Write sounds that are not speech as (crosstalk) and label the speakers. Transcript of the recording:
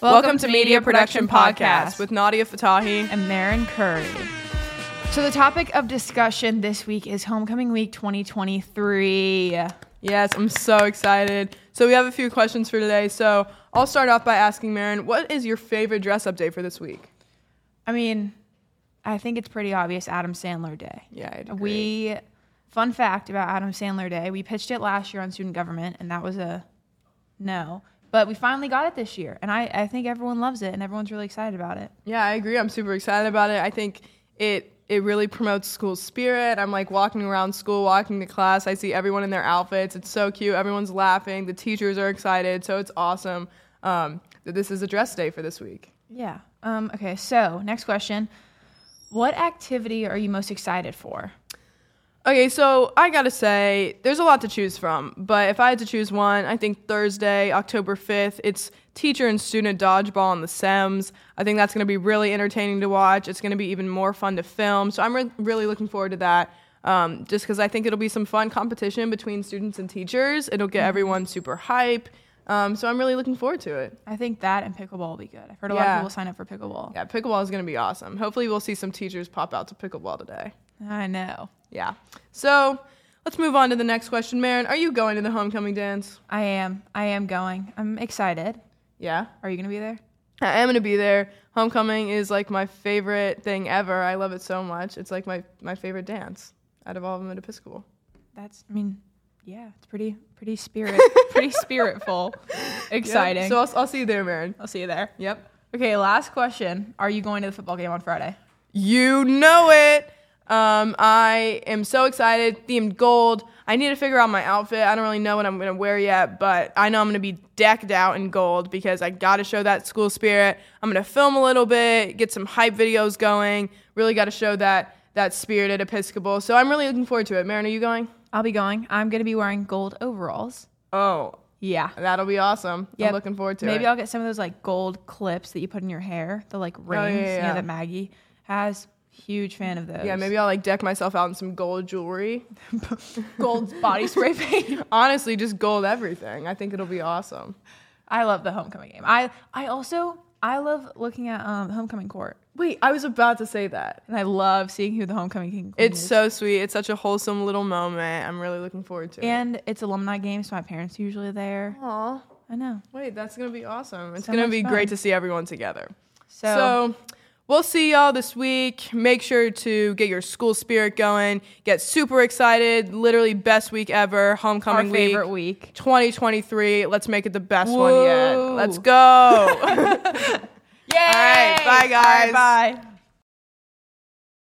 Speaker 1: Welcome to Media Production Podcast with Nadia Fatahi.
Speaker 2: and Marin Curry. So the topic of discussion this week is Homecoming Week 2023.
Speaker 1: Yes, I'm so excited. So we have a few questions for today. So I'll start off by asking Marin, what is your favorite dress up day for this week?
Speaker 2: I mean, I think it's pretty obvious Adam Sandler Day.
Speaker 1: Yeah, I'd agree.
Speaker 2: We fun fact about Adam Sandler Day, we pitched it last year on student government and that was a no. But we finally got it this year and I, I think everyone loves it and everyone's really excited about it.
Speaker 1: Yeah, I agree. I'm super excited about it. I think it it really promotes school spirit. I'm like walking around school, walking to class. I see everyone in their outfits. It's so cute. Everyone's laughing. The teachers are excited. So it's awesome um, that this is a dress day for this week.
Speaker 2: Yeah. Um, okay, so next question. What activity are you most excited for?
Speaker 1: Okay, so I gotta say, there's a lot to choose from, but if I had to choose one, I think Thursday, October 5th, it's teacher and student dodgeball on the Sems. I think that's gonna be really entertaining to watch. It's gonna be even more fun to film, so I'm re- really looking forward to that. Um, just because I think it'll be some fun competition between students and teachers. It'll get everyone super hype. Um, so I'm really looking forward to it.
Speaker 2: I think that and pickleball will be good. I've heard a lot
Speaker 1: Yeah.
Speaker 2: of people sign up for pickleball.
Speaker 1: Yeah, pickleball is gonna be awesome. Hopefully, we'll see some teachers pop out to pickleball today.
Speaker 2: I know.
Speaker 1: Yeah. So let's move on to the next question. Marin, are you going to the homecoming dance?
Speaker 2: I am. I am going. I'm excited.
Speaker 1: Yeah.
Speaker 2: Are you going to be there?
Speaker 1: I am going to be there. Homecoming is like my favorite thing ever. I love it so much. It's like my, my favorite dance out of all of them at Episcopal.
Speaker 2: That's. I mean, yeah, it's pretty, pretty (laughs) spirit, pretty spiritful, exciting.
Speaker 1: So I'll, I'll see you there, Marin.
Speaker 2: I'll see you there.
Speaker 1: Yep.
Speaker 2: Okay, last question. Are you going to the football game on Friday?
Speaker 1: You know it. Um, I am so excited. Themed gold. I need to figure out my outfit. I don't really know what I'm going to wear yet, but I know I'm going to be decked out in gold because I got to show that school spirit. I'm going to film a little bit, get some hype videos going. Really got to show that that spirit at Episcopal. So I'm really looking forward to it. Marin, are you going?
Speaker 2: I'll be going. I'm going to be wearing gold overalls.
Speaker 1: Oh,
Speaker 2: Yeah.
Speaker 1: that'll be awesome.
Speaker 2: Yeah.
Speaker 1: I'm looking forward to
Speaker 2: Maybe
Speaker 1: it.
Speaker 2: I'll get some of those like gold clips that you put in your hair, the like rings,
Speaker 1: yeah,
Speaker 2: you
Speaker 1: yeah.
Speaker 2: know, that Maggie has. Huge fan of those.
Speaker 1: yeah, maybe I'll like deck myself out in some gold jewelry.
Speaker 2: gold (laughs) body spray paint.
Speaker 1: Honestly, just gold everything. I think it'll be awesome.
Speaker 2: I love the homecoming game. I I also I love looking at um, homecoming court,
Speaker 1: Wait, I was about to say that.
Speaker 2: and I love seeing who the homecoming king. queen
Speaker 1: It's
Speaker 2: is.
Speaker 1: so sweet. It's such a wholesome little moment. I'm really looking forward to it.
Speaker 2: and it's alumni game, so my parents are usually there.
Speaker 1: Aw,
Speaker 2: I know.
Speaker 1: wait, that's gonna be awesome. It's
Speaker 2: So
Speaker 1: gonna
Speaker 2: much
Speaker 1: be
Speaker 2: fun.
Speaker 1: great to see everyone together.
Speaker 2: So,
Speaker 1: so we'll see y'all this week. Make sure to get your school spirit going. Get super excited. Literally best week ever.
Speaker 2: our
Speaker 1: Homecoming week.
Speaker 2: favorite week.
Speaker 1: 2023. Let's make it the best one yet.
Speaker 2: Woo.
Speaker 1: Let's go. (laughs)
Speaker 2: Yeah.
Speaker 1: bye, guys.
Speaker 2: bye.